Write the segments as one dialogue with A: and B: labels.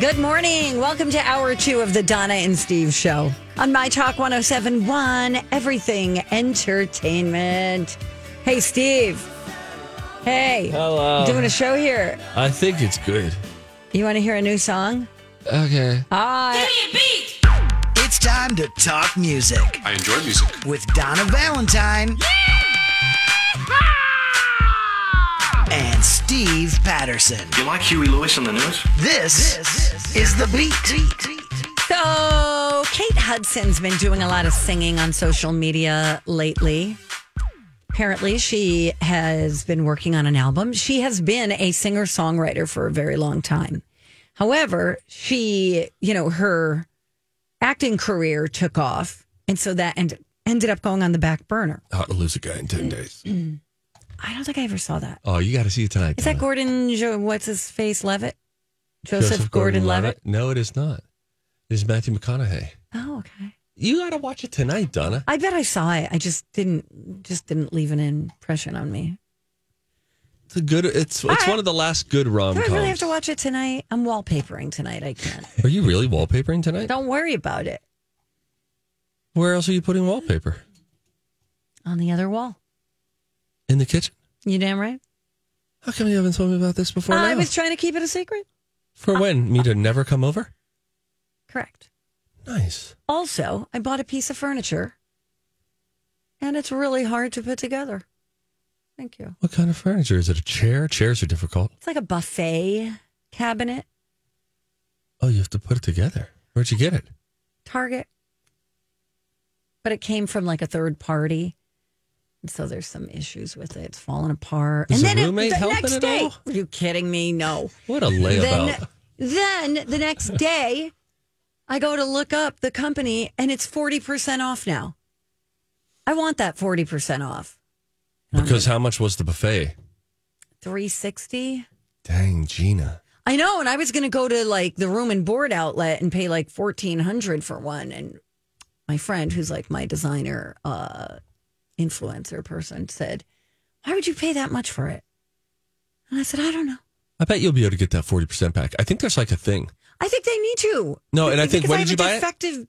A: Good morning. Welcome to hour two of the Donna and Steve show on My Talk 1071, Everything Entertainment. Hey, Steve. Hey.
B: Hello.
A: Doing a show here.
B: I think it's good.
A: You want to hear a new song?
B: Okay.
C: It's time to talk music
D: I enjoy music.
C: with Donna Valentine and Steve Patterson.
E: You like Huey Lewis on the news?
C: This is the beat.
A: So, Kate Hudson's been doing a lot of singing on social media lately. Apparently, she has been working on an album. She has been a singer songwriter for a very long time. However, she, you know, her acting career took off. And so that end, ended up going on the back burner.
B: How to lose a guy in 10 days.
A: I don't think I ever saw that.
B: Oh, you got to see it tonight.
A: Is that
B: Donna.
A: Gordon, jo- what's his face, Levitt? Joseph, Gordon Levitt?
B: No, it is not. It is Matthew McConaughey.
A: Oh, okay.
B: You got to watch it tonight, Donna.
A: I bet I saw it. I just didn't just didn't leave an impression on me.
B: It's a good. It's it's
A: right.
B: one of the last good rom
A: Do I
B: coms.
A: really have to watch it tonight? I'm wallpapering tonight. I can't.
B: Are you really wallpapering tonight?
A: Don't worry about it.
B: Where else are you putting wallpaper?
A: On the other wall.
B: In the kitchen?
A: You damn right.
B: How come you haven't told me about this before?
A: Uh, I
B: now?
A: was trying to keep it a secret.
B: For when me to never come over?
A: Correct.
B: Nice.
A: Also, I bought a piece of furniture, and it's really hard to put together. Thank you.
B: What kind of furniture is it? A chair? Chairs are difficult.
A: It's like a buffet cabinet.
B: Oh, you have to put it together. Where'd you get it?
A: Target. But it came from like a third party. And so there's some issues with it. It's fallen apart.
B: Is
A: and
B: the
A: then it-
B: roommate
A: the
B: helping
A: next
B: at
A: day.
B: all?
A: Are you kidding me? No.
B: What a
A: Then
B: layabout.
A: then the next day I go to look up the company and it's 40% off now. I want that 40% off.
B: Because how much was the buffet?
A: 360.
B: Dang, Gina.
A: I know, and I was going to go to like the room and board outlet and pay like 1400 for one and my friend who's like my designer uh influencer person said, "Why would you pay that much for it?" And I said, "I don't know.
B: I bet you'll be able to get that 40% back. I think there's like a thing.
A: I think they need to."
B: No, and I think-
A: because
B: when
A: I have
B: did you buy it?
A: defective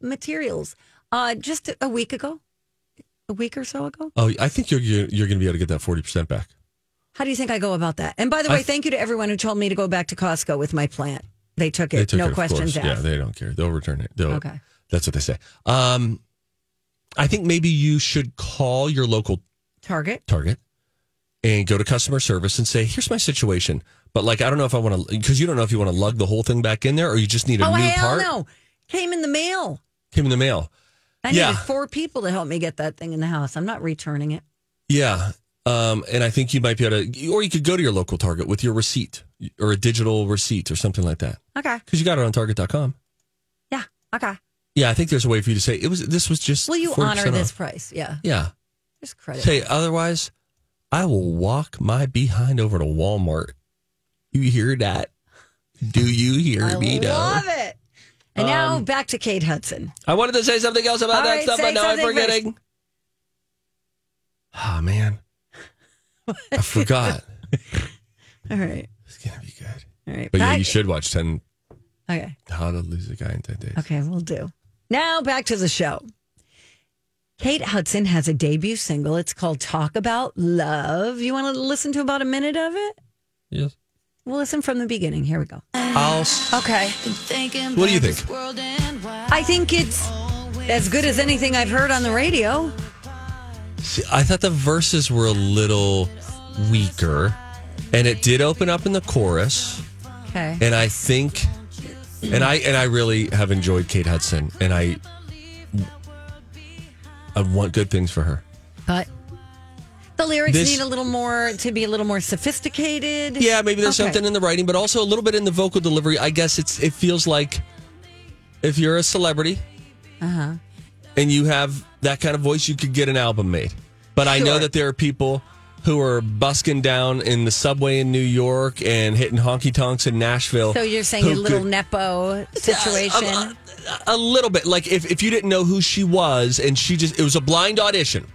A: materials. Uh just a week ago. A week or so ago.
B: Oh, I think you're you're, you're going to be able to get that 40% back.
A: How do you think I go about that? And by the
B: I
A: way,
B: th-
A: thank you to everyone who told me to go back to Costco with my plant. They took it.
B: They took
A: no
B: it, of
A: questions
B: course. Yeah,
A: asked.
B: they don't care. They'll return it. They'll-
A: Okay.
B: That's what they say. Um, I think maybe you should call your local
A: Target.
B: Target and go to customer service and say, "Here's my situation." But like, I don't know if I want to because you don't know if you want to lug the whole thing back in there or you just need a
A: oh,
B: new
A: hell
B: part.
A: no. Came in the mail.
B: Came in the mail.
A: I
B: Yeah.
A: needed four people to help me get that thing in the house. I'm not returning it.
B: Yeah. Um, and I think you might be able to, or you could go to your local Target with your receipt or a digital receipt or something like that
A: Okay.
B: because you got it on Target.com.
A: Yeah. Okay.
B: Yeah, I think there's a way for you to say it was. This was just.
A: Will you
B: 40%
A: honor this
B: off."
A: price? Yeah.
B: Yeah.
A: There's credit.
B: Say otherwise, I will walk my behind over to Walmart. You hear that? Do you hear
A: I
B: me? though?
A: love it. And now
B: Um,
A: back to Kate Hudson.
B: I wanted to say something else about
A: All
B: that
A: right,
B: stuff,
A: say
B: but now I'm
A: something
B: forgetting. Oh man, I forgot.
A: All right.
B: It's gonna be good.
A: All right.
B: But yeah,
A: Back-
B: you should watch ten
A: Okay.
B: How to Lose a Guy in Ten Days.
A: Okay. We'll do. Now back to the show. Kate Hudson has a debut single. It's called Talk About Love. You want to listen to about a minute of it?
B: Yes.
A: We'll listen from the beginning. Here we go.
B: I'll. s-
A: Okay.
B: What do you think?
A: I think it's as good as anything I've heard on the radio.
B: See, I thought the verses were a little weaker, and it did open up in the chorus.
A: Okay.
B: and I think, and I and I really have enjoyed Kate Hudson, and I, I want good things for her.
A: But the lyrics
B: This-
A: need a little more to be a little more sophisticated.
B: Yeah, maybe there's
A: Okay.
B: something in the writing, but also a little bit in the vocal delivery. I guess it's it feels like if you're a celebrity
A: Uh-huh.
B: and you have that kind of voice, you could get an album made. But I know
A: Sure.
B: that there are people who are busking down in the subway in New York and hitting honky tonks in Nashville.
A: So you're saying
B: who
A: a little
B: could-
A: nepo situation?
B: A, a- a little bit. Like if, if you didn't know who she was and she just it was a blind audition.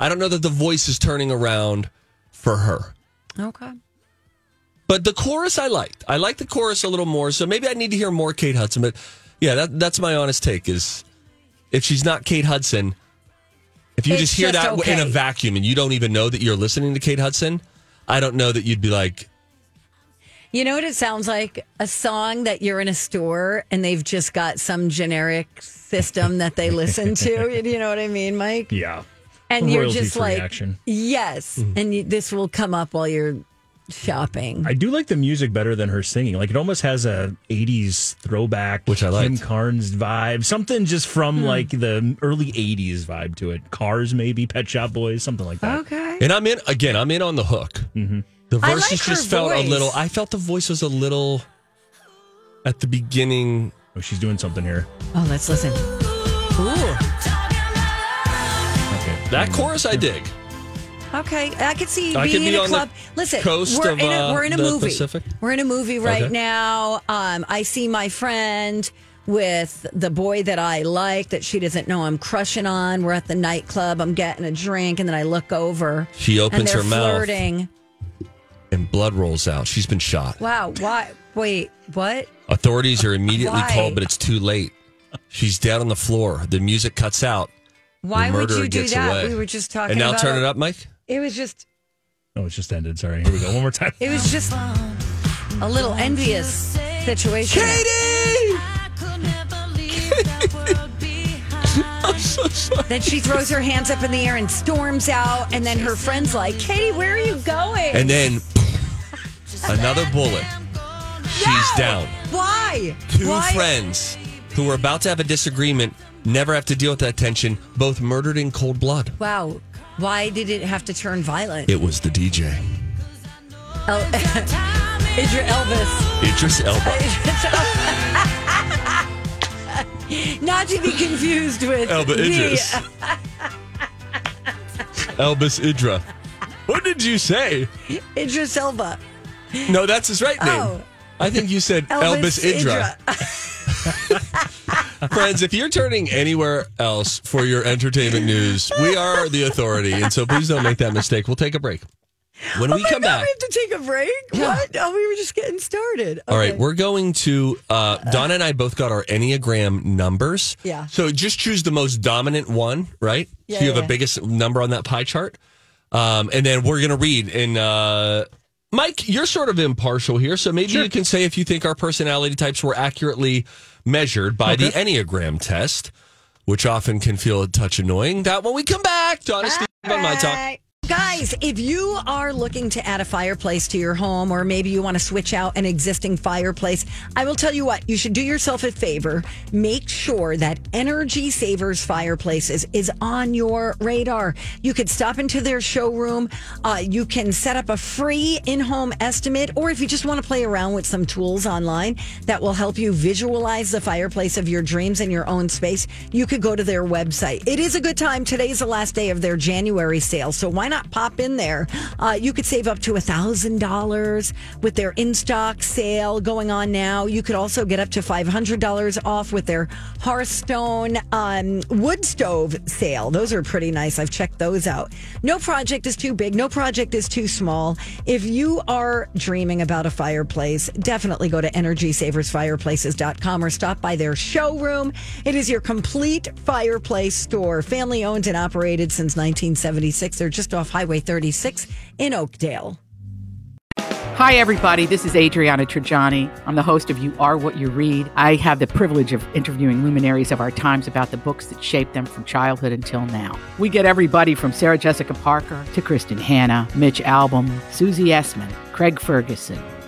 B: I don't know that the voice is turning around for her.
A: okay.
B: But the chorus I liked. I liked the chorus a little more. So maybe I need to hear more Kate Hudson. But yeah, that, that's my honest take is if she's not Kate Hudson, if you
A: It's
B: just hear
A: just
B: that in a
A: okay.
B: vacuum and you don't even know that you're listening to Kate Hudson, I don't know that you'd be like,
A: You know what it sounds like? A song that you're in a store and they've just got some generic system that they listen to. You know what I mean, Mike?
D: Yeah.
A: and you're
D: Royalty
A: just
D: free
A: like
D: action.
A: yes
B: Mm-hmm.
A: and you, this will come up while you're shopping
D: I do like the music better than her singing. Like it almost has a '80s throwback,
B: Which I
D: Kim
B: liked.
D: Carnes vibe, something just from like the early '80s vibe to it. Cars, maybe Pet Shop Boys, something like that.
A: okay
B: and I'm in, again, I'm in on the hook. The
A: I
B: verses
A: like her
B: just felt
A: voice.
B: a little, I felt the voice was a little at the beginning.
D: Oh, she's doing something here.
A: oh let's listen Ooh,
D: Okay,
B: That chorus I dig.
A: okay i could see
B: I could
A: being in
B: be
A: a
B: on the
A: club listen
B: coast
A: we're,
B: of,
A: in a,
B: uh,
A: we're in a
B: the
A: movie
B: Pacific?
A: we're in a movie right
B: Okay.
A: now um, i see my friend with the boy that i like that she doesn't know i'm crushing on we're at the nightclub i'm getting a drink and then i look over
B: She
A: and
B: opens
A: they're
B: her mouth
A: flirting
B: and blood rolls out. She's been shot.
A: wow why wait what
B: Authorities are immediately
A: Why?
B: called, but it's too late. She's dead on the floor. The music cuts out. The
A: why would
B: murderer
A: you do
B: gets
A: that
B: away.
A: we were just talking
B: And now
A: about
B: turn it up, Mike.
A: it was just
D: Oh, it's just ended. Sorry. Here we go. One more time.
A: It was just a little envious situation.
B: Katie!
A: Then she throws her hands up in the air and storms out, and then her friend's like, "Katie, where are you going?"
B: And then another bullet. She's
A: No!
B: down.
A: Why?
B: Two
A: Why?
B: friends who were about to have a disagreement never have to deal with that tension, both murdered in cold blood.
A: Wow. Why did it have to turn violent?
B: It was the DJ.
A: El- Idra Elvis.
B: Idris Elba.
A: Not to be confused with
B: Elba
A: the-
B: Idris. Elvis Idra. What did you say?
A: Idris Elba.
B: No, that's his right name.
A: Oh.
B: I think you said Elvis, Idra. Friends, if you're turning anywhere else for your entertainment news, we are the authority. And so please don't make that mistake. We'll take a break. When we
A: Oh my
B: come
A: God,
B: back,
A: we have to take a break. What? Oh, we were just getting started.
B: all right,
A: Okay.
B: we're going to, uh, Donna and I both got our Enneagram numbers.
A: Yeah.
B: So just choose the most dominant one, right?
A: Yeah,
B: so you have
A: yeah.
B: a biggest number on that pie chart. Um, and then we're going to read. And, uh, Mike, you're sort of impartial here. So maybe you can say if you think our personality types were accurately measured by the Enneagram test, which often can feel a touch annoying. That when we come back, Donna Steve on My Talk.
A: Guys, if you are looking to add a fireplace to your home, or maybe you want to switch out an existing fireplace, I will tell you what, you should do yourself a favor. Make sure that Energy Savers Fireplaces is on your radar. You could stop into their showroom. Uh, you can set up a free in home estimate, or if you just want to play around with some tools online that will help you visualize the fireplace of your dreams in your own space, you could go to their website. It is a good time. Today's the last day of their January sale, so why not pop in there? Uh, you could save up to $1,000 with their in stock sale going on now. You could also get up to $500 off with their Hearthstone um, wood stove sale. Those are pretty nice. I've checked those out. No project is too big, no project is too small. If you are dreaming about a fireplace, definitely go to energysaversfireplaces.com or stop by their showroom. It is your complete fireplace store, family owned and operated since 1976. They're just off Highway 36 in Oakdale.
E: Hi, everybody. This is Adriana Trajani. I'm the host of You Are What You Read. I have the privilege of interviewing luminaries of our times about the books that shaped them from childhood until now. We get everybody from Sarah Jessica Parker to Kristen Hanna, Mitch Albom, Susie Essman, Craig Ferguson,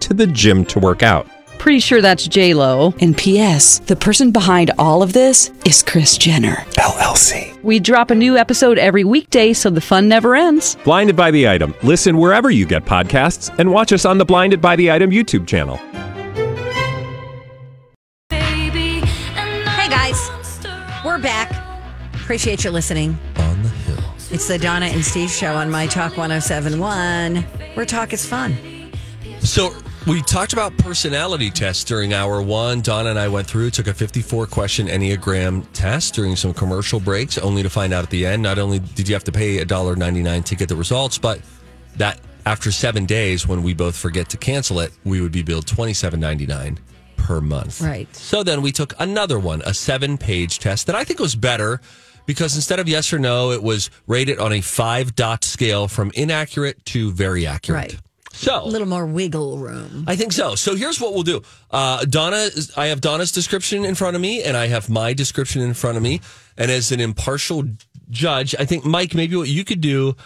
F: to the gym to work out.
G: Pretty sure that's J Lo. And P.S. The person behind all of this is Chris Jenner LLC. We drop a new episode every weekday, so the fun never ends.
F: Blinded by the item. Listen wherever you get podcasts, and watch us on the Blinded by the Item YouTube channel.
A: back. Appreciate you listening.
B: On the hill.
A: It's the Donna and Steve show on My Talk 1071, where talk is fun.
B: So we talked about personality tests during hour one. Donna and I went through, took a 54 question Enneagram test during some commercial breaks, only to find out at the end, not only did you have to pay $1.99 to get the results, but that after seven days, when we both forget to cancel it, we would be billed $27.99 per month.
A: Right.
B: So then we took another one, a seven page test that I think was better because instead of yes or no, it was rated on a five dot scale from inaccurate to very accurate.
A: Right.
B: So
A: A little more wiggle room.
B: I think so. So here's what we'll do. Uh, Donna, I have Donna's description in front of me, and I have my description in front of me. And as an impartial judge, I think Mike, maybe what you could do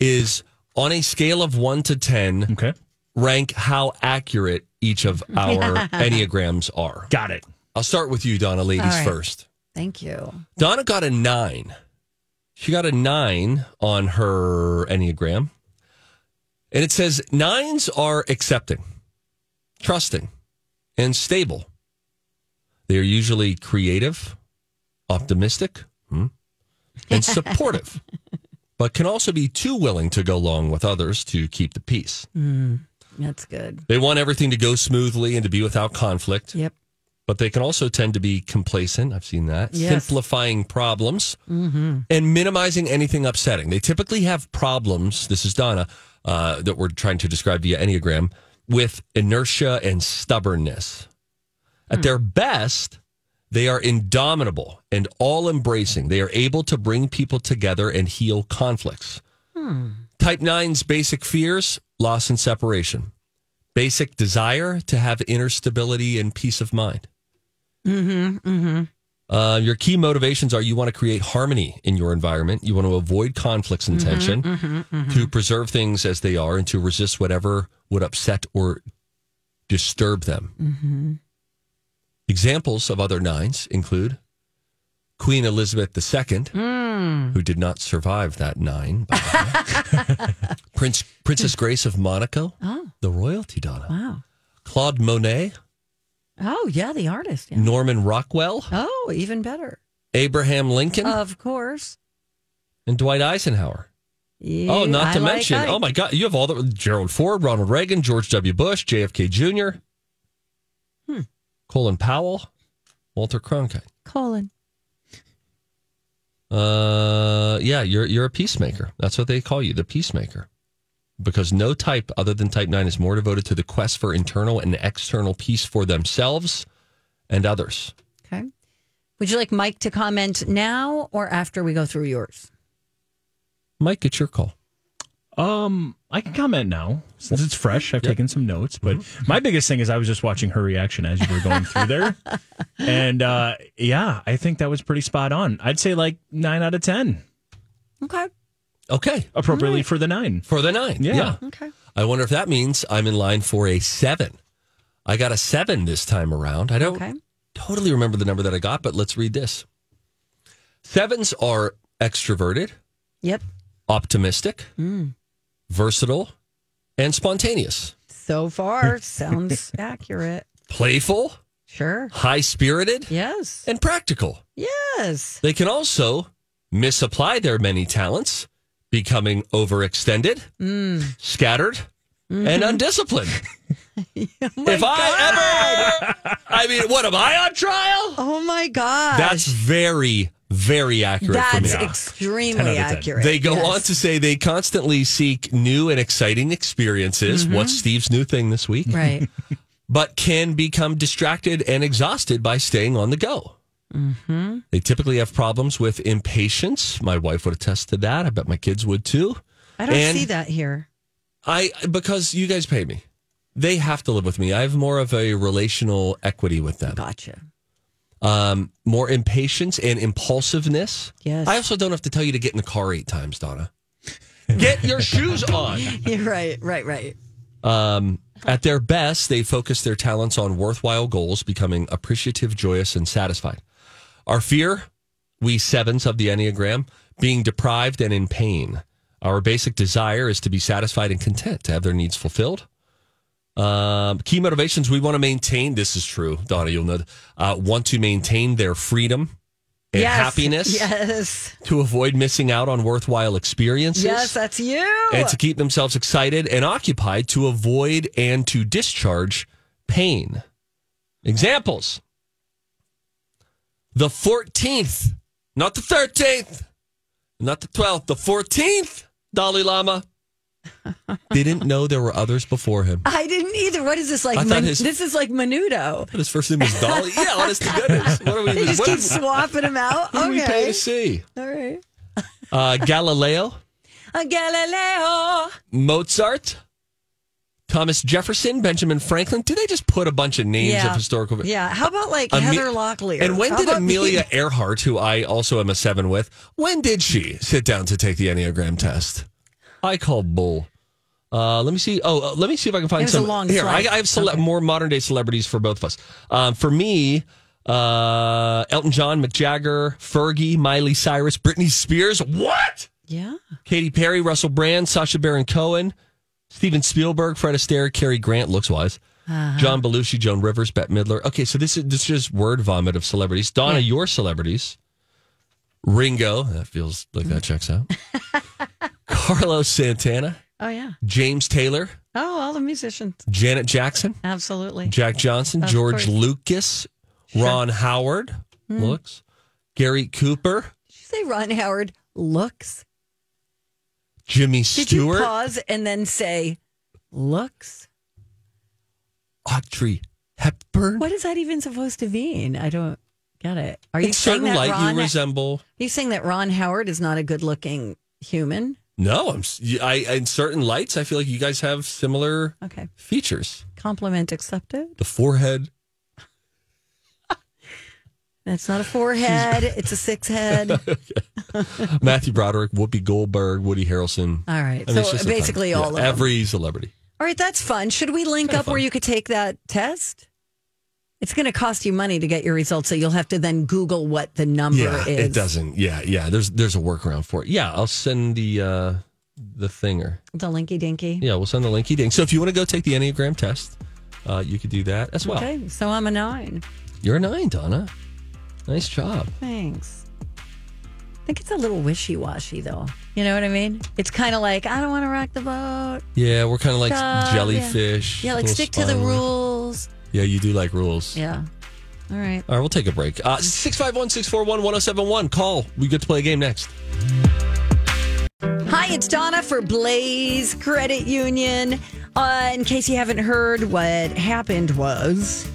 B: is on a scale of one to ten,
D: Okay.
B: rank how accurate each of our enneagrams are.
D: Got it.
B: I'll start with you, Donna. Ladies
A: All right.
B: first.
A: Thank you.
B: Donna got a nine. She got a nine on her Enneagram. And it says nines are accepting, trusting, and stable. They are usually creative, optimistic, hmm, and supportive, but can also be too willing to go along with others to keep the peace.
A: That's good.
B: They want everything to go smoothly and to be without conflict
A: Yep.
B: but they can also tend to be complacent. I've seen that.
A: Yes.
B: Simplifying problems and minimizing anything upsetting. They typically have problems. This is Donna uh, that we're trying to describe via Enneagram with inertia and stubbornness. At their best, they are indomitable and all embracing. They are able to bring people together and heal conflicts. Type 9's basic fears loss and separation, basic desire to have inner stability and peace of mind. Uh, your key motivations are you want to create harmony in your environment. You want to avoid conflicts and
A: Mm-hmm,
B: tension to preserve things as they are and to resist whatever would upset or disturb them.
A: Mm-hmm.
B: Examples of other nines include Queen Elizabeth II,
A: Mm.
B: who did not survive that nine, by the way. Prince, Princess Grace of Monaco, the royalty Donna,
A: Oh. Wow.
B: Claude Monet,
A: Oh, yeah, the artist. Yeah.
B: Norman Rockwell,
A: Oh, even better.
B: Abraham Lincoln,
A: Of course.
B: and Dwight Eisenhower.
A: You-
B: Oh, not
A: I
B: to
A: like
B: mention,
A: Ike.
B: oh my God, you have all the Gerald Ford, Ronald Reagan, George W. Bush, JFK Jr.,
A: Hmm.
B: Colin Powell, Walter Cronkite.
A: Colin.
B: Uh, yeah, you're you're a peacemaker. That's what they call you, the peacemaker, because no type other than Type Nine is more devoted to the quest for internal and external peace for themselves and others.
A: Okay. Would you like Mike to comment now or after we go through yours?
B: Mike, it's your call.
D: Um, I can comment now since it's fresh. I've taken some notes, but my biggest thing is I was just watching her reaction as you were going through there, and uh, yeah, I think that was pretty spot on. I'd say like nine out of ten,
A: Okay.
B: Okay,
D: appropriately for the nine.
B: for the nine.
D: Yeah.
A: Okay.
B: I wonder if that means I'm in line for a seven. I got a seven this time around. I don't
A: Okay.
B: totally remember the number that I got, but let's read this. Sevens are extroverted,
A: Yep.
B: optimistic,
A: Hmm.
B: versatile, and spontaneous,
A: So far, sounds accurate.
B: playful,
A: Sure.
B: high spirited,
A: Yes.
B: and practical.
A: Yes.
B: They can also misapply their many talents, becoming overextended,
A: Hmm.
B: scattered, and
A: Mm-hmm.
B: undisciplined.
A: Oh
B: if I ever, I mean, what am I on trial?
A: Oh my God.
B: That's very, very accurate for me. Ah,
A: That's
D: Yeah.
A: extremely
D: 10 out of 10.
A: accurate.
B: They go
A: Yes.
B: on to say they constantly seek new and exciting experiences.
A: Mm-hmm.
B: What's Steve's new thing this week?
A: Right.
B: But can become distracted and exhausted by staying on the go.
A: Mm-hmm.
B: They typically have problems with impatience. My wife would attest to that. I bet my kids would too.
A: I don't
B: And-
A: see that here.
B: I because you guys pay me. They have to live with me. I have more of a relational equity with them.
A: Gotcha.
B: Um, more impatience and impulsiveness.
A: Yes.
B: I also don't have to tell you to get in the car eight times, Donna. Get your shoes on.
A: You're right. Right. Right.
B: Um, at their best, they focus their talents on worthwhile goals, becoming appreciative, joyous, and satisfied. Our fear, we sevens of the Enneagram, being deprived and in pain. Our basic desire is to be satisfied and content, to have their needs fulfilled. Um, key motivations we want to maintain. This is true, Donna. You'll know. Uh, want to maintain their freedom, and
A: Yes.
B: happiness
A: Yes.
B: to avoid missing out on worthwhile experiences.
A: Yes, that's you.
B: and to keep themselves excited and occupied to avoid and to discharge pain. Examples the 14th, not the 13th, not the 12th, the 14th Dalai Lama didn't know there were others before him.
A: I didn't either. What is this like?
B: I thought
A: Man-
B: his-
A: this is like Menudo.
B: His first name was Dolly. Yeah, honest to goodness. What are we,
A: They just
B: what,
A: keep swapping them out.
B: what do we pay
A: Okay.
B: to see?
A: All right.
B: Uh, Galileo,
A: Uh, Galileo.
B: Mozart, Thomas Jefferson, Benjamin Franklin. Did they just put a bunch of names of historical?
A: Yeah. How about like
B: Ame-
A: Heather Locklear?
B: And when
A: How
B: did
A: about
B: Amelia Earhart, who I also am a seven with, when did she sit down to take the Enneagram test? I call bull. Uh, let me see. Oh, uh, let me see if I can find
A: It was a
B: some.
A: long
B: here,
A: slide.
B: I, I have cele- more modern day celebrities for both of us. Um, for me, uh, Elton John, Mick Jagger, Fergie, Miley Cyrus, Britney Spears. What?
A: Yeah.
B: Katy Perry, Russell Brand, Sasha Baron Cohen, Steven Spielberg, Fred Astaire, Cary Grant, looks wise,
A: Uh-huh.
B: John Belushi, Joan Rivers, Bette Midler. Okay, so this is this is just word vomit of celebrities. Donna, your celebrities. Ringo, that feels like that checks out. Carlos Santana,
A: Oh yeah.
B: James Taylor,
A: Oh, all the musicians.
B: Janet Jackson,
A: Absolutely.
B: Jack Johnson,
A: Of
B: George
A: course. Hmm.
B: Lucas, Ron Howard, looks, Gary Cooper,
A: Did you say Ron Howard looks?
B: Jimmy
A: Did
B: Stewart,
A: you pause and then say looks?
B: Audrey Hepburn.
A: What is that even supposed to mean? I don't get it. Are you
B: in
A: saying
B: certain
A: that
B: light,
A: Ron?
B: you resemble.
A: are you saying that Ron Howard is not a good-looking human?
B: No, I'm. s- you- I in certain lights, I feel like you guys have similar
A: Okay.
B: features.
A: Compliment accepted.
B: The forehead.
A: That's not a forehead. it's a six head.
B: Matthew Broderick, Whoopi Goldberg, Woody Harrelson.
A: All right.
B: I mean, it's
A: Uh, So
B: just a ton.
A: basically
B: Yeah,
A: all of them.
B: every celebrity.
A: All right, that's fun. Should we link up where you could take that test? It's going to cost you money to get your results, so you'll have to then Google what the number
B: Yeah,
A: is.
B: it doesn't. Yeah, yeah. There's there's a workaround for it. Yeah, I'll send the uh the thinger.
A: The linky dinky.
B: Yeah, we'll send the linky ding. So if you want to go take the Enneagram test, uh, you could do that as well.
A: Okay, so I'm a nine.
B: You're a nine, Donna. Nice job.
A: Thanks. I think it's a little wishy washy, though. You know what I mean? It's kind of like, I don't want to rock the boat.
B: Yeah, we're kind of like
A: Job, yeah.
B: jellyfish.
A: Yeah, like
B: little
A: stick to the
B: spineless.
A: rules.
B: Yeah, you do like rules.
A: Yeah. All right.
B: All right, we'll take a break. Uh, 651 641 1071. Call. We get to play a game next.
A: Hi, it's Donna for Blaze Credit Union. Uh, in case you haven't heard, what happened was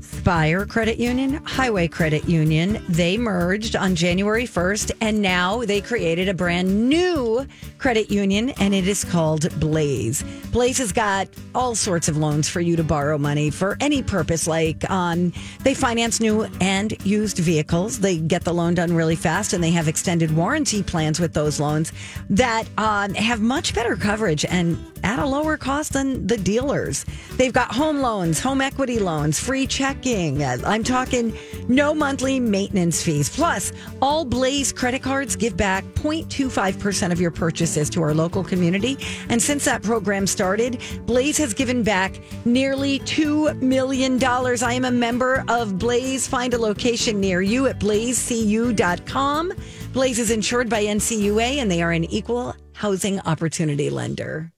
A: Spire Credit Union, Highway Credit Union, they merged on January 1st, and now they created a brand new credit union, and it is called Blaze. Blaze has got all sorts of loans for you to borrow money for any purpose, like um, they finance new and used vehicles. They get the loan done really fast, and they have extended warranty plans with those loans that um, have much better coverage and at a lower cost than the dealers. They've got home loans, home equity loans, free checking. Uh, I'm talking no monthly maintenance fees. Plus, all Blaze credit cards give back 0.25% of your purchases to our local community. And since that program started, Blaze has given back nearly $2 million. I am a member of Blaze. Find a location near you at blazecu.com. Blaze is insured by NCUA and they are an equal housing opportunity lender.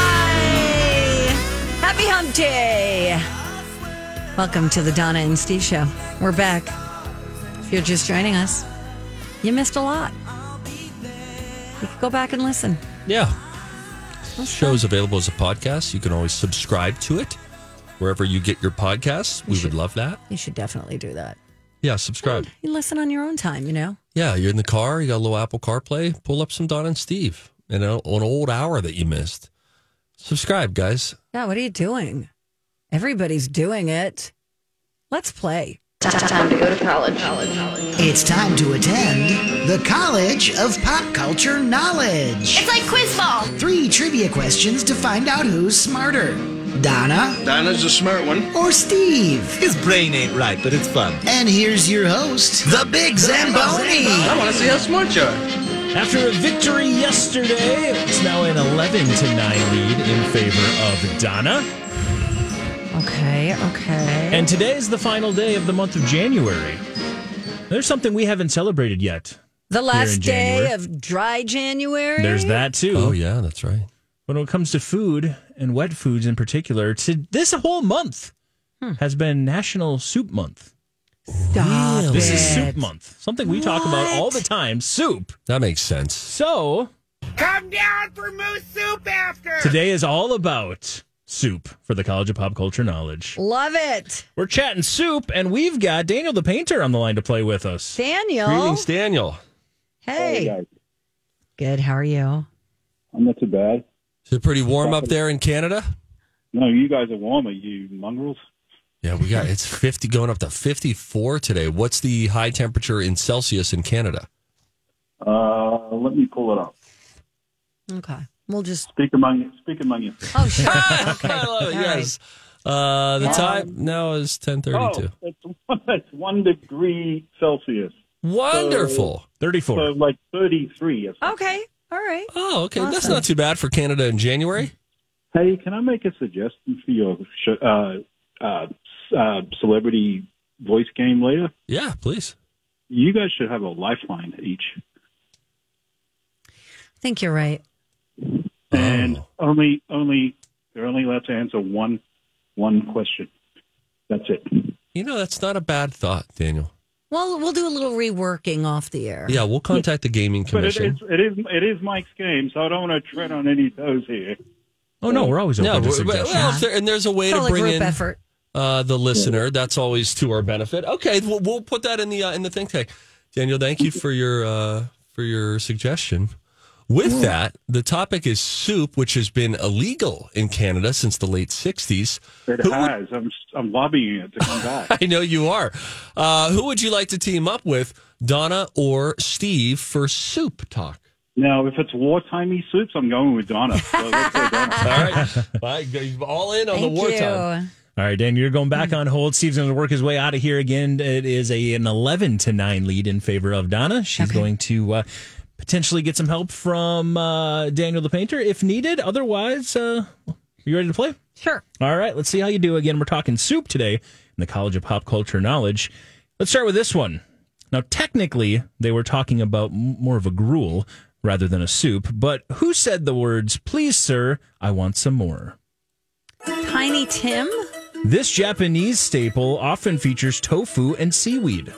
A: Hi! Happy Hump Day! Welcome to the Donna and Steve Show. We're back. If you're just joining us, you missed a lot. You can go back and listen.
B: Yeah. Show's available as a podcast. You can always subscribe to it wherever you get your podcasts. We would love that.
A: You should definitely do that.
B: Yeah, subscribe.
A: You listen on your own time, you know?
B: Yeah, you're in the car, you got a little Apple CarPlay, pull up some Don and Steve and a- an old hour that you missed. Subscribe, guys.
A: Yeah, what are you doing? Everybody's doing it. Let's play.
C: It's time to attend the College of Pop Culture Knowledge.
H: It's like quiz ball.
C: Three trivia questions to find out who's smarter Donna
I: Dinah's a smart one.
C: or Steve.
J: His brain ain't right, but it's fun.
C: And here's your host, the Big Zamboni.
I: I want to see how smart you are.
D: After a victory yesterday, it's now an 11 to 9 lead in favor of Donna.
A: Okay, okay.
D: And today is the final day of the month of January. There's something we haven't celebrated yet.
A: The last day
D: January.
A: of dry January.
D: There's that too.
B: Oh, yeah, that's right.
D: When it comes to food and wet foods in particular, it's this whole month has been National Soup Month.
A: Stop
D: This is
A: it.
D: Soup Month, something we talk about all the time. Soup.
B: That makes sense.
D: So
I: Come down for moose soup after.
D: today is all about soup for the College of Pop Culture Knowledge.
A: Love it.
D: We're chatting soup, and we've got Daniel the Painter on the line to play with us.
A: Daniel.
B: Greetings, Daniel.
A: Hey. Good. How are you?
H: I'm not too bad.
B: Is it pretty warm up there in Canada?
H: No, you guys are warmer, you mongrels.
B: Yeah, we got it's 50 going up to 54 today. What's the high temperature in Celsius in Canada?
H: Uh, let me pull it up.
A: Okay. We'll just.
H: Speak among speak among you.
A: Oh, sure. okay.
B: I love
A: All
B: it.
A: right.
B: Yes. Uh, the time now is 1032.
H: Um, Oh, it's, it's one degree Celsius,
B: Wonderful.
D: 34.
H: so like 33. Or something.
A: Okay. All right.
B: Oh, okay. That's
A: Awesome.
B: not too bad for Canada in January.
H: Hey, can I make a suggestion for your sh- uh, uh, s- uh, celebrity voice game later?
B: Yeah, please.
H: You guys should have a lifeline each,
A: I think you're right.
H: and only only they're only allowed to answer one one question. That's it.
B: You know, that's not a bad thought, Daniel.
A: Well, we'll do a little reworking off the air.
B: Yeah, we'll contact the gaming
H: But it
B: commission.
H: is, it is it is Mike's game, so I don't want to tread on any toes here.
D: Oh no, we're always open
B: No,
D: to
B: but-
D: suggestions.
B: well, if there, and there's a way
A: It's all
B: to
A: a
B: bring
A: group
B: in
A: effort.
B: uh, the listener. That's always to our benefit. Okay, we'll, we'll put that in the uh, in the think tank. Daniel, thank you for your uh, for your suggestion. With that, the topic is soup, which has been illegal in Canada since the late '60s.
H: It has. I'm I'm lobbying it to come back.
B: I know you are. Uh, who would you like to team up with, Donna or Steve, for soup talk?
H: now, if it's wartimey soups, I'm going with Donna. So let's go Donna.
B: All right, I, all in on
A: Thank
B: the wartime.
A: you.
D: All right, Dan, you're going back on hold. Steve's going to work his way out of here again. It is a, an 11 to 9 lead in favor of Donna. She's going to uh, potentially get some help from uh, Daniel the Painter if needed. Otherwise, uh, you ready to play?
A: Sure.
D: All right, let's see how you do again. We're talking soup today in the College of Pop Culture Knowledge. Let's start with this one. Now, technically, they were talking about m- more of a gruel rather than a soup, but who said the words, please, sir, I want some more?
A: Tiny Tim.
D: This Japanese staple often features tofu and seaweed.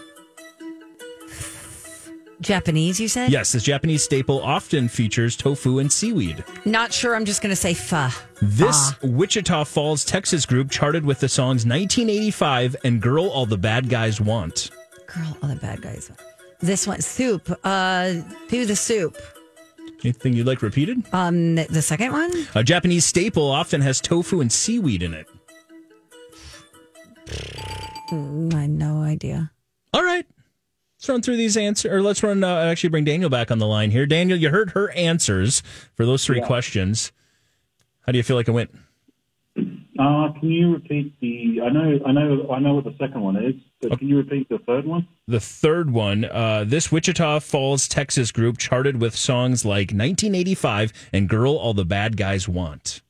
A: Japanese, you said?
D: Yes, this Japanese staple often features tofu and seaweed.
A: Not sure. I'm just going to say pho.
D: This Wichita Falls, Texas group charted with the songs 1985 and Girl All the Bad Guys Want.
A: Girl, all the bad guys. This one, soup. Uh, do the soup.
D: Anything you'd like repeated?
A: Um, the second one,
D: A Japanese staple often has tofu and seaweed in it.
A: Mm, I have no idea.
D: All right. Let's run through these answers, or let's run. Uh, actually, bring Daniel back on the line here. Daniel, you heard her answers for those three questions. How do you feel like it went?
H: Uh, can you repeat the? I know, I know, I know what the second one is, but can you repeat the third one?
D: The third one, uh, this Wichita Falls, Texas group charted with songs like 1985 and Girl All the Bad Guys Want.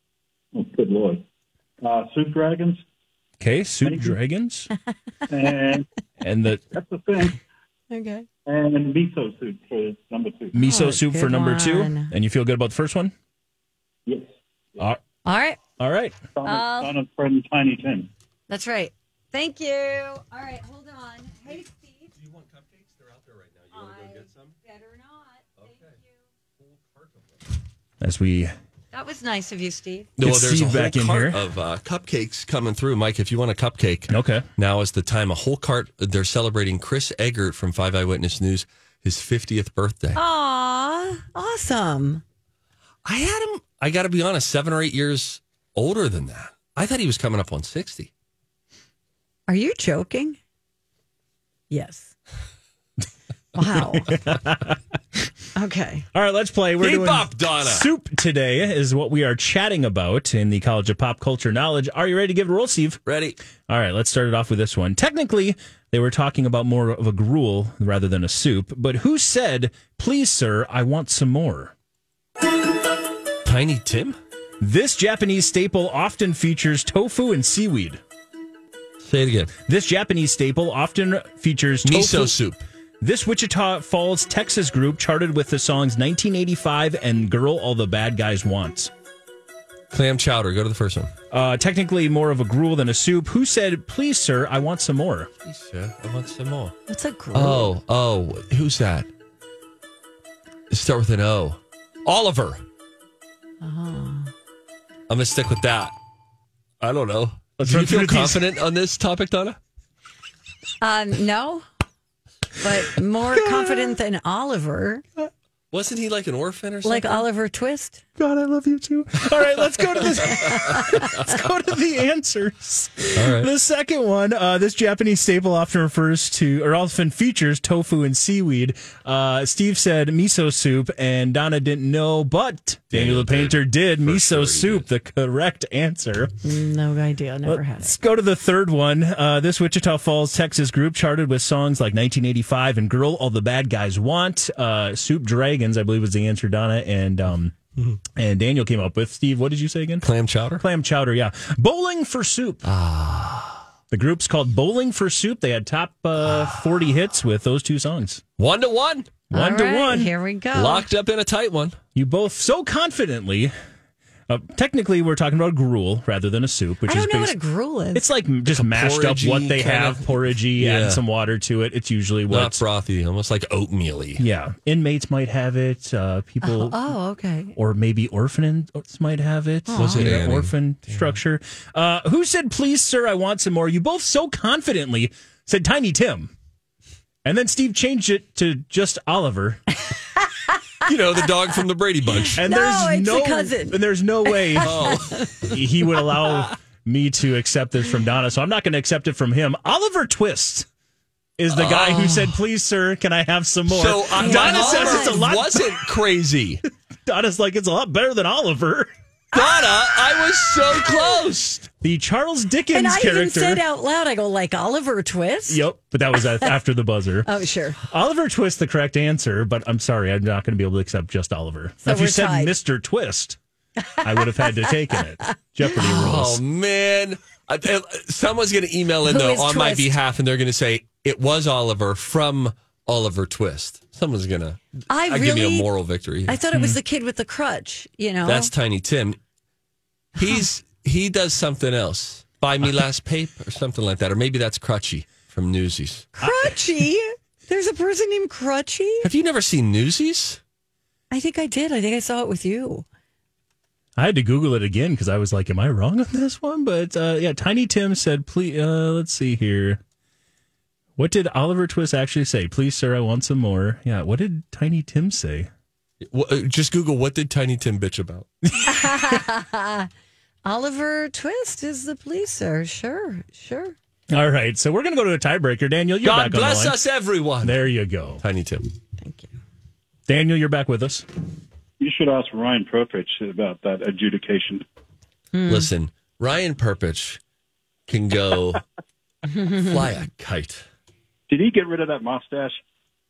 H: Oh, good lord. Uh, soup dragons,
D: Okay, Soup Dragons.
H: and
D: And the
H: that's the thing.
A: Okay.
H: And miso soup for number two.
D: miso
A: Oh,
D: soup for
A: good
D: number two.
A: one.
D: And you feel good about the first one?
H: Yes,
D: All-
A: All right.
D: all right.
H: Donna's, Donna's friend Tiny Tim.
A: That's right. Thank you. All right. Hold on. Hey, Steve. Do you want cupcakes? They're out there right now. You want to go get some? Better not. Thank you.
D: As we
A: That was nice of you, Steve.
B: No,
D: Get
B: there's a
D: Steve
B: whole
D: back in
B: cart
D: here.
B: of uh, cupcakes coming through, Mike. If you want a cupcake,
D: Okay.
B: Now is the time. A whole cart. They're celebrating Chris Eggert from Five Eyewitness News, his 50th birthday.
A: Oh. Aw, awesome.
B: I had him. I got to be honest, seven or eight years older than that. I thought he was coming up on 60.
A: Are you joking? Yes. Wow. okay.
D: All right, let's play. We're
B: Keep
D: doing
B: up, Donna.
D: soup today is what we are chatting about in the College of Pop Culture Knowledge. Are you ready to give it a roll, Steve?
B: Ready?
D: All right, let's start it off with this one. Technically, they were talking about more of a gruel rather than a soup, but who said, "Please, sir, I want some more"?
B: Tiny Tim?
D: This Japanese staple often features tofu and seaweed.
B: Say it again.
D: This Japanese staple often features tofu,
B: Miso soup.
D: This Wichita Falls, Texas group charted with the songs 1985 and Girl All the Bad Guys Want.
B: Clam chowder. Go to the first one.
D: Uh, technically more of a gruel than a soup. Who said, please, sir, I want some more?
B: Sure. I want some more.
A: That's a great.
B: Oh, oh, who's that? Start with an O. Oliver. Uh-huh. I'm gonna stick with that. I don't know.
D: Let's
B: Do
D: run
B: you feel
D: through these.
B: confident on this topic, Donna?
A: Um, no, but more confident than Oliver,
B: Wasn't he like an orphan or something?
A: like Oliver Twist.
D: God, I love you too. All right, let's go to this. let's go to the answers.
B: All right.
D: The second one, uh, this Japanese staple often refers to, or often features tofu and seaweed. Uh, Steve said miso soup, and Donna didn't know, but Daniel the Painter did miso soup. The correct answer.
A: No idea. Never had it.
D: Let's go to the third one. Uh, this Wichita Falls, Texas group charted with songs like 1985 and Girl All the Bad Guys Want. Uh, Soup Dragons, I believe, was the answer Donna and um,
A: Mm-hmm.
D: and Daniel came up with. Steve, what did you say again?
B: Clam chowder.
D: Clam chowder, yeah. Bowling for Soup.
A: Ah.
D: The group's called Bowling for Soup. They had top uh, 40 hits with those two songs.
B: One to one.
D: One
A: All
D: to
A: right,
D: one.
A: Here we go.
B: Locked up in a tight one.
D: You both so confidently. Uh, technically, we're talking about gruel rather than a soup, which
A: I don't
D: is
A: know what
D: based
A: a gruel is.
D: it's like m- just mashed up
B: porridgey
D: what they
B: kind
D: have,
B: of-
D: porridgey,
B: Yeah.
D: add some water to it. It's usually
B: Not
D: what.
B: frothy, almost like oatmeal-y.
D: Yeah, inmates might have it. Uh, people,
B: Uh-huh.
A: oh, okay.
D: or maybe orphans might have it.
B: Was it
D: You know,
B: Annie?
D: orphan structure? Uh, who said, "Please, sir, I want some more"? You both so confidently said Tiny Tim, and then Steve changed it to just Oliver.
B: You know, the dog from the Brady Bunch.
D: And
A: No,
D: there's
A: it's
D: no,
A: a cousin.
D: and there's no way
B: Oh,
D: he would allow me to accept this from Donna, so I'm not going to accept it from him. Oliver Twist is the guy who said, "Please, sir, can I have some more?"
B: Oh. so uh,
D: Donna
B: Donna
D: says it's a lot.
B: wasn't crazy.
D: Donna's like it's a lot better than Oliver.
B: Donna, I was so close.
D: The Charles Dickens
A: And I even
D: character.
A: said out loud, I go like Oliver Twist.
D: Yep, but that was a- after the buzzer.
A: Oh, sure.
D: Oliver Twist, the correct answer, but I'm sorry, I'm not going to be able to accept just Oliver.
A: So
D: if you
A: we're
D: said
A: tied.
D: Mr. Twist, I would have had to take it. Jeopardy
B: Oh
D: rules.
B: man, I, I- someone's going to email in
A: Who
B: though
A: is
B: on my
A: Twist?
B: behalf, and they're going to say it was Oliver from Oliver Twist. Someone's going to
A: I
B: I give me
A: really-
B: a moral victory.
A: I thought it
D: Hmm.
A: was the kid with the crutch. You know,
B: That's Tiny Tim. He's he does something else. Buy me last paper or something like that, or maybe that's Crutchy from Newsies.
A: Crutchy. There's a person named Crutchy.
B: Have you never seen Newsies?
A: I think I did. I think I saw it with you.
D: I had to Google it again because I was like, am I wrong on this one? But uh, yeah, Tiny Tim said, please, uh, let's see here. What did Oliver Twist actually say? Please, sir, I want some more. Yeah, what did Tiny Tim say?
B: Wh- uh, Just Google what did Tiny Tim bitch about.
A: Oliver Twist is the policer. Sure, sure.
D: All right, so we're going to go to a tiebreaker. Daniel, you're
B: God
D: back on
B: bless
D: the line.
B: us, everyone.
D: There you go.
B: Tiny Tim.
A: Thank you.
D: Daniel, you're back with us.
H: You should ask Ryan Perpich about that adjudication.
B: Listen, Ryan Perpich can go fly a kite.
H: Did he get rid of that mustache?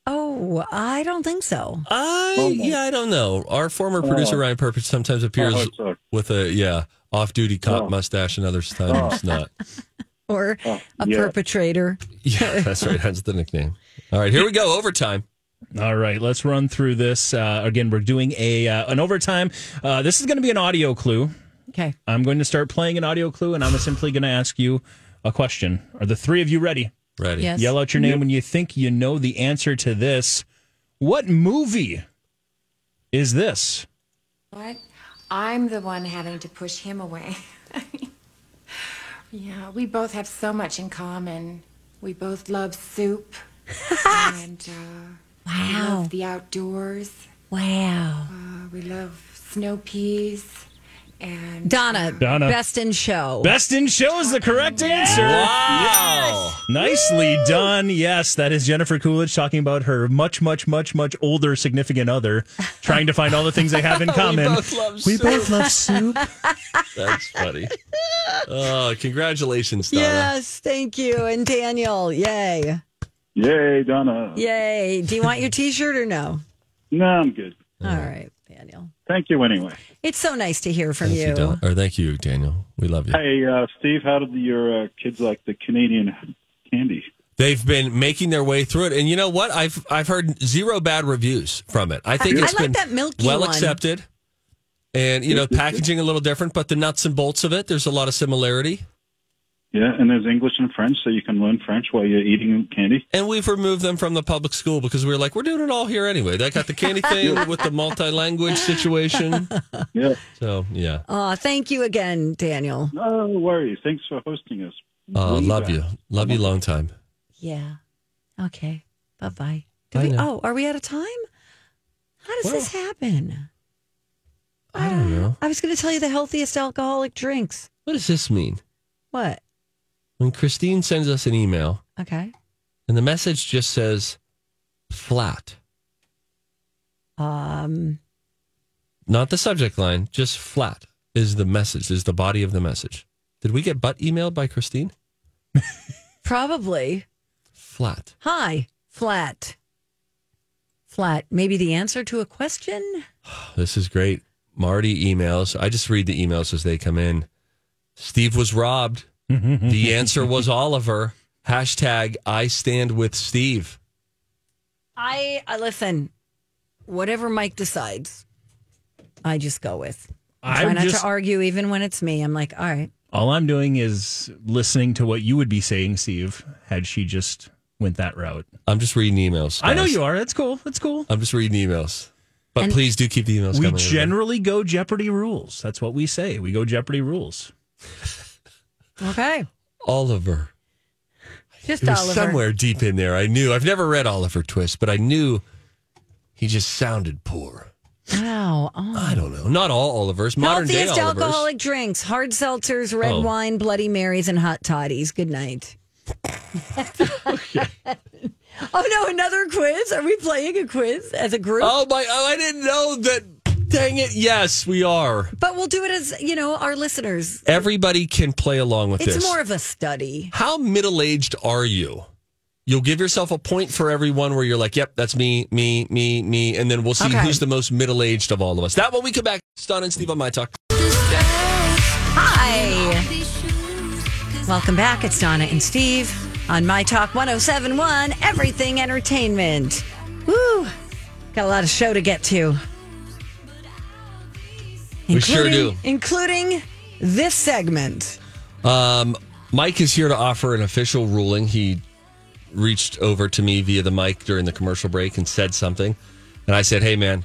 A: Oh, I don't think so.
B: I yeah, I don't know. Our former producer Ryan Perpich sometimes appears
H: Oh, it sucks.
B: with a yeah off-duty cop mustache, and other times not.
A: Or a
H: Oh, yeah.
A: perpetrator.
B: Yeah, that's right. That's the nickname. All right, here we go. Overtime.
D: All right, let's run through this. Uh, again, we're doing a uh, an overtime. Uh, this is going to be an audio clue.
A: Okay.
D: I'm going to start playing an audio clue, and I'm simply going to ask you a question. Are the three of you ready?
B: Ready?
A: Yes.
D: Yell out your name when you think you know the answer to this. What movie is this?
K: What? I'm the one having to push him away. yeah, we both have so much in common. We both love soup and uh, we
A: Wow.
K: love the outdoors.
A: Wow.
K: Uh, we love snow peas and
A: Donna,
D: Donna.
A: best in show.
D: Best in Show is the correct answer.
B: Wow.
D: Nicely done. Yes, that is Jennifer Coolidge talking about her much, much, much, much older significant other, trying to find all the things they have in common.
B: both love
D: We
B: soup.
D: both love soup.
B: That's funny. Oh, congratulations, Donna.
A: yes, thank you. And Daniel, yay.
H: Yay, Donna.
A: Yay. Do you want your t shirt or no?
H: No, I'm good.
A: All right, Daniel.
H: Thank you anyway.
A: It's so nice to hear from
B: Thank
A: you.
B: you, Donna. Or thank you, Daniel. We love you.
H: Hey, uh, Steve, how did your uh, kids like the Canadian candy?
B: They've been making their way through it, and you know what? I've I've heard zero bad reviews from it. I think
A: I
B: it's
A: like
B: been
A: that milky
B: well
A: one.
B: accepted, and you know packaging a little different, but the nuts and bolts of it, there's a lot of similarity.
H: Yeah, and there's English and French, so you can learn French while you're eating candy.
B: And we've removed them from the public school because we were like, we're doing it all here anyway. They got the candy thing with the multi language situation.
H: Yeah.
B: So yeah,
A: Oh, thank you again, Daniel.
H: No worries. Thanks for hosting us.
B: uh,
H: Way
B: love
H: back.
B: you, love you, long time.
A: Yeah. Okay. Bye bye.
B: Bye now.
A: Oh, are we out of time? How does this happen? Ah,
B: I don't know.
A: I was going to tell you the healthiest alcoholic drinks.
B: What does this mean?
A: What?
B: When Christine sends us an email,
A: Okay.
B: and the message just says flat,
A: Um.
B: not the subject line, just flat is the message, is the body of the message. Did we get butt emailed by Christine?
A: Probably.
B: Flat.
A: Hi. Flat. Flat. Maybe the answer to a question.
B: This is great. Marty emails. I just read the emails as they come in. Steve was robbed. the answer was Oliver. Hashtag I stand with Steve.
A: I, I listen. Whatever Mike decides, I just go with. I try
D: I'm
A: not
D: just-
A: to argue, even when it's me. I'm like, all right.
D: All I'm doing is listening to what you would be saying, Steve, had she just went that route.
B: I'm just reading emails.
D: I know
B: guys.
D: you are. That's cool. That's cool.
B: I'm just reading emails. But
A: And-
B: please do keep the emails
D: We
B: coming.
D: generally go Jeopardy rules. That's what we say. We go Jeopardy rules.
A: Okay.
B: Oliver.
A: Just
B: It was
A: Oliver.
B: somewhere deep in there. I knew. I've never read Oliver Twist, but I knew he just sounded poor.
A: Wow. Oh.
B: I don't know. Not all Olivers. Modern day
A: Healthiest
B: Olivers.
A: alcoholic drinks, hard seltzers, red
B: Oh.
A: wine, Bloody Marys, and hot toddies. Good night. oh, no, another quiz? Are we playing a quiz as a group?
B: Oh my! Oh, I didn't know that. Dang it! Yes, we are.
A: But we'll do it as, you know, our listeners.
B: Everybody can play along with
A: It's
B: this.
A: more of a study.
B: How middle aged are you? You'll give yourself a point for everyone where you're like, "Yep, that's me, me, me, me," and then we'll see
A: Okay.
B: who's the most middle aged of all of us. That when we come back, Stun and Steve on my talk.
A: Hi. Welcome back. It's Donna and Steve on My Talk 1071, Everything Entertainment. Woo! Got a lot of show to get to.
B: We sure
A: Including-
B: do.
A: Including this segment.
B: Um, Mike is here to offer an official ruling. He reached over to me via the mic during the commercial break and said something. And I said, Hey, man,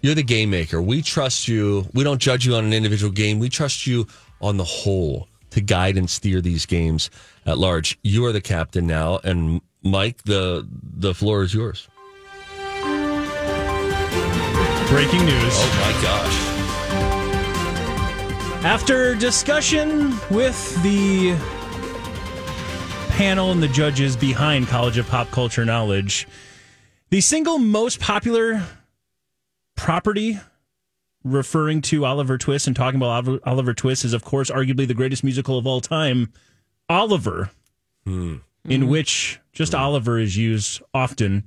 B: you're the game maker. We trust you. We don't judge you on an individual game. We trust you on the whole to guide and steer these games at large. You are the captain now. And Mike, the, the floor is yours.
D: Breaking news.
B: Oh, my gosh.
D: After discussion with the panel and the judges behind College of Pop Culture Knowledge, the single most popular property referring to Oliver Twist and talking about Oliver, Oliver Twist is, of course, arguably the greatest musical of all time, Oliver,
B: Hmm.
D: in which just Oliver is used often.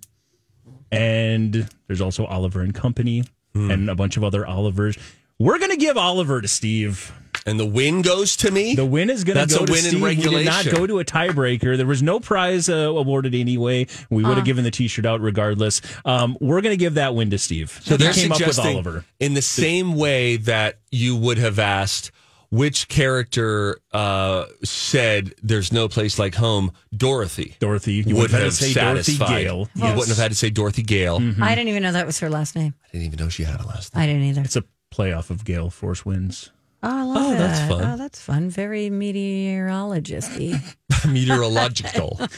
D: And there's also Oliver and Company
B: Hmm.
D: and a bunch of other Olivers. We're going to give Oliver to Steve.
B: And the win goes to me.
D: The win is going to
B: That's
D: go
B: a
D: to
B: win in
D: Steve. We did not
B: regulation.
D: go to a tiebreaker. There was no prize uh, awarded anyway. We
A: Ah.
D: would have given the T-shirt out regardless. Um, we're going to give that win to Steve.
B: So
D: He
B: they're
D: came up with
B: suggesting
D: Oliver.
B: in the same way that you would have asked which character uh, said "There's no place like home." Dorothy
D: Dorothy. You
B: would
D: would've had to
B: have
D: say
B: satisfied.
D: Dorothy Gale.
B: You
D: Yes. Mm.
B: wouldn't have had to say Dorothy Gale.
A: I didn't even know that was her last name.
B: I didn't even know she had a last name.
A: I didn't either.
D: It's a playoff of Gale Force wins.
A: Oh, I love
B: Oh,
A: that.
B: that's fun.
A: Oh, that's fun. Very meteorologist y.
B: Meteorological.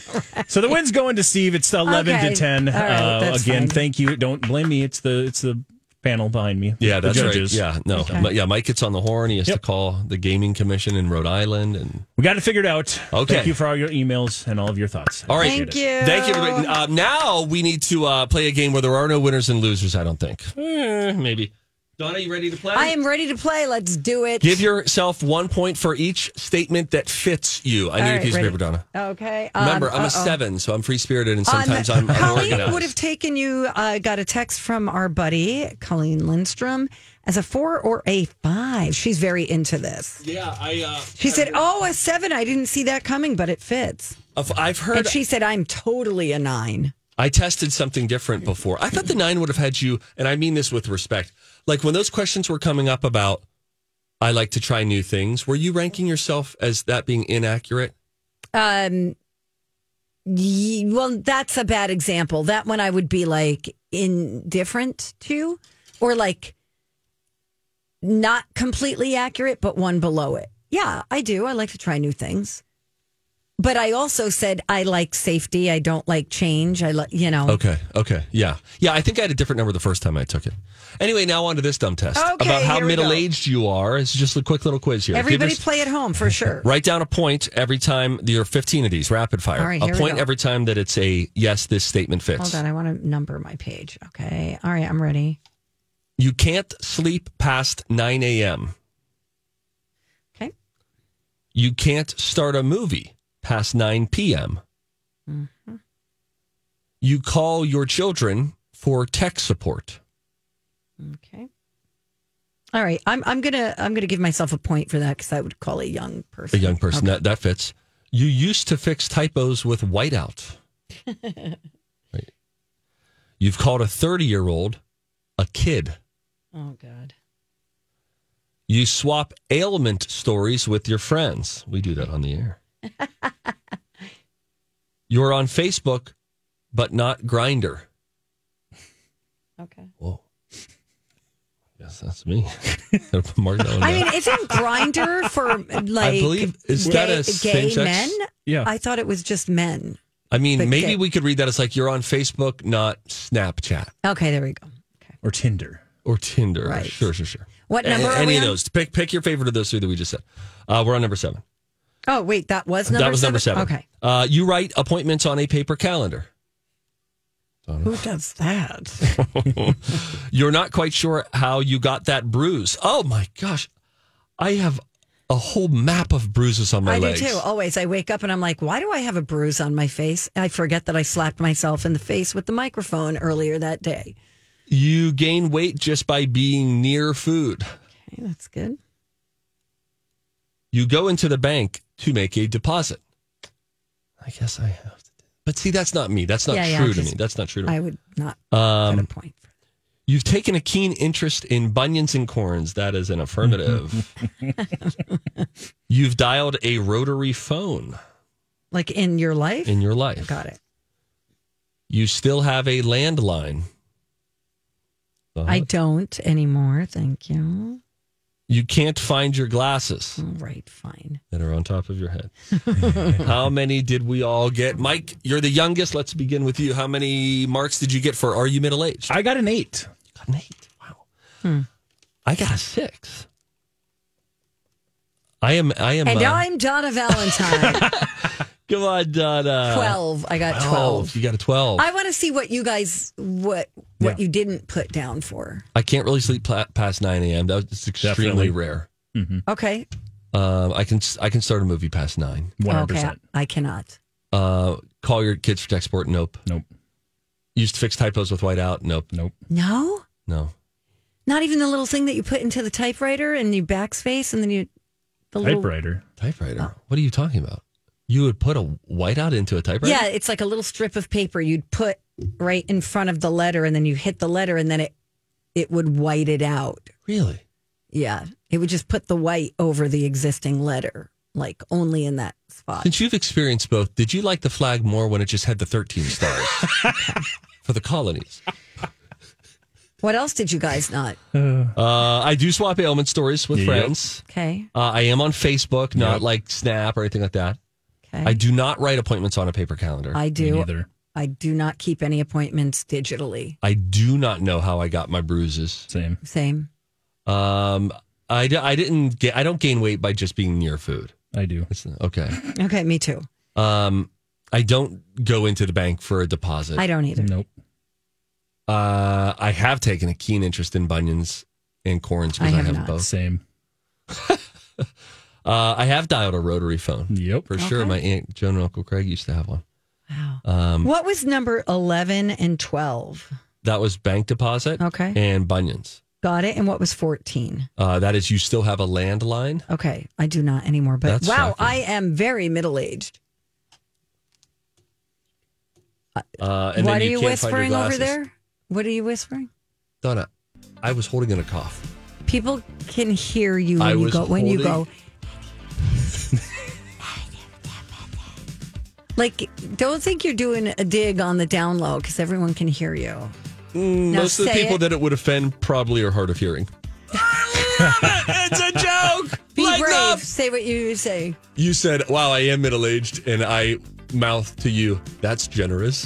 D: So the win's going to Steve. It's eleven
A: Okay.
D: to ten.
A: All right,
D: uh,
A: that's
D: again,
A: fine.
D: thank you. Don't blame me. It's the it's the panel behind me.
B: yeah,
D: the
B: that's right.
D: judges.
B: Yeah, no, but yeah. Mike gets on the horn. He has to
D: Yep.
B: call the gaming commission in Rhode Island, and
D: we got it figured out.
B: Okay.
D: Thank you for all your emails and all of your thoughts.
B: all right.
A: Thank you.
B: Thank you. everybody. Uh, now we need to uh, play a game where there are no winners and losers. I don't think. Eh, maybe. Donna, you ready to play?
A: I am ready to play. Let's do it.
B: Give yourself one point for each statement that fits you. I
A: All
B: need a
A: right,
B: piece
A: ready.
B: of paper, Donna.
A: Okay. um,
B: Remember, I'm
A: uh-oh.
B: a seven, so I'm free spirited, and
A: Um,
B: sometimes I'm
A: Colleen would have
B: unorganized.
A: taken you. I got a text from our buddy Colleen Lindstrom as a four or a five. She's very into this.
B: Yeah, I.
A: She said, "Oh, a seven. I didn't see that coming, but it fits."
B: Uh, Of- I've heard.
A: And she said, I'm totally a nine.
B: I tested something different before. I thought the nine would have had you, and I mean this with respect. Like when those questions were coming up about, I like to try new things. Were you ranking yourself as that being inaccurate?
A: Um, ye- well, that's a bad example. That one I would be like indifferent to, or like not completely accurate, but one below it. Yeah, I do. I like to try new things. But I also said I like safety. I don't like change. I like, you know.
B: Okay. Okay. Yeah. Yeah. I think I had a different number the first time I took it. Anyway, now on to this dumb test
A: Okay,
B: about how
A: here we go.
B: middle aged you are. It's just a quick little quiz here. Give
A: Everybody
B: us-
A: play at home for sure.
B: Write down a point every time there are 15 of these rapid fire.
A: All right,
B: a
A: here we
B: point
A: go.
B: every time that it's a yes, this statement fits.
A: Hold on. I want to number my page. Okay. All right. I'm ready.
B: You can't sleep past 9 a.m.
A: Okay.
B: You can't start a movie past 9 p.m.
A: Mm-hmm.
B: You call your children for tech support.
A: Okay. All right. I'm I'm gonna I'm gonna give myself a point for that because I would call a young
B: A
A: person. Oh,
B: young person.
A: Okay.
B: That, that fits. You used to fix typos with whiteout. Right. You've called a 30 year old a kid.
A: Oh God.
B: You swap ailment stories with your friends. We do that on the air. You're on Facebook, but not Grinder.
A: Okay.
B: Whoa. Yes, that's me. Mark that one
A: I
B: down.
A: mean, isn't grinder for like
B: believe- is
A: gay,
B: that a
A: gay
B: same-sex?
A: men?
B: Yeah.
A: I thought it was just men.
B: I mean,
A: But
B: maybe
A: gay.
B: we could read that as like you're on Facebook, not Snapchat
A: Okay, there we go.
B: or Tinder or Tinder.
A: Right.
B: Sure, sure, sure.
A: What
B: A-
A: number are
B: any
A: we
B: of
A: on?
B: those? Pick pick your favorite of those three that we just said. Uh, we're on number seven.
A: Oh wait, that was number
B: that was
A: seven?
B: number seven.
A: Okay.
B: Uh, you write appointments on a paper calendar.
A: Who does that?
B: You're not quite sure how you got that bruise. Oh my gosh. I have a whole map of bruises on my
A: I
B: legs.
A: do too. Always, I wake up and I'm like, why do I have a bruise on my face? I forget that I slapped myself in the face with the microphone earlier that day.
B: You gain weight just by being near food.
A: Okay, that's good.
B: You go into the bank to make a deposit. I guess I have to. But see, that's not me. That's not
A: Yeah, yeah,
B: true
A: I'm
B: to
A: just-
B: me. That's not true to me.
A: I would not.
B: Um,
A: point.
B: You've taken a keen interest in bunions and corns. That is an affirmative. you've dialed a rotary phone
A: Like in your life?
B: in your life.
A: Got it.
B: You still have a landline. Uh-huh.
A: I don't anymore. Thank you.
B: you can't find your glasses
A: All right, fine.
B: that are on top of your head. How many did we all get? Mike, you're the youngest. Let's begin with you. How many marks did you get for Are You Middle Aged?
D: I got an eight.
B: Got an eight. Wow.
A: Hmm.
B: I got a six. I am. I am.
A: and
B: uh,
A: I'm Donna Valentine.
B: Come on, Donna.
A: 12. I
B: Oh.
A: got 12.
B: You got a 12.
A: I
B: I,
A: want to see what you guys what what you didn't put down for.
B: can't really sleep pla- past 9 a.m. That was it's extremely
D: Definitely.
B: rare. Mm-hmm.
A: Okay.
B: Um, I can I can start a movie past 9.
A: Okay.
D: 100%.
A: I cannot.
B: Uh, call your kids for tech support. Nope.
D: Nope.
B: Used to fix typos with whiteout. Nope.
D: Nope.
A: No?
B: No.
A: Not even the little thing that you put into the typewriter and you backspace and then you the little
D: Typewriter.
B: Typewriter. What are you talking about? You would put a whiteout into a typewriter?
A: Yeah, it's like a little strip of paper you'd put right in front of the letter and then you hit the letter and then it it would white it out.
B: Really?
A: Yeah. It would just put the white over the existing letter, like only in that spot.
B: Since you've experienced both, did you like the flag more when it just had the 13 stars for the colonies?
A: What else did you guys not?
B: Uh, I do swap ailment stories with
D: Yep.
B: friends.
A: Okay.
B: Uh, I am on Facebook, not like Snap or anything like that.
A: Okay.
B: I do not write appointments on a paper calendar. I,
A: I do.
D: Neither.
A: I do not keep any appointments digitally.
B: do not know how I got my bruises.
D: Same.
A: Same.
B: Um, I, d- I didn't get, I don't gain weight by just being near food.
D: I do.
B: It's, okay.
A: Okay, me too.
B: Um, I don't go into the bank for a deposit.
A: I don't either.
D: Nope.
B: Uh, I have taken a keen interest in bunions and corns because
A: I
B: I,
A: have
B: have
A: not.
B: both.
D: Same.
B: Uh, I have dialed a rotary phone.
D: Yep.
B: For sure. My Aunt Joan and Uncle Craig used to have one.
A: Wow.
B: Um,
A: What was number 11 and 12?
B: that was bank deposit
A: Okay.
B: and bunions.
A: Got it. And what was 14?
B: Uh, that is, you still have a landline.
A: Okay. I do not anymore. But
B: That's
A: wow,
B: shocking.
A: I am very middle aged.
B: Uh,
A: What
B: and then
A: are
B: you,
A: you
B: can't
A: whispering
B: find your
A: over
B: glasses.
A: there? What are you whispering?
B: Donna, I was holding in a cough.
A: People can hear you
B: I
A: when you
B: was
A: go. When you go,
B: holding-
A: like, don't think you're doing a dig on the down low because everyone can hear you. Now
B: Mm, Most of the
A: say
B: people
A: it.
B: that it would offend probably are hard of hearing. it's a joke.
A: Be brave. Say what you say.
B: You said, "Wow, I am middle aged," and I mouthed to you, "That's generous."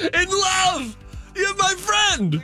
B: In love, you're my friend.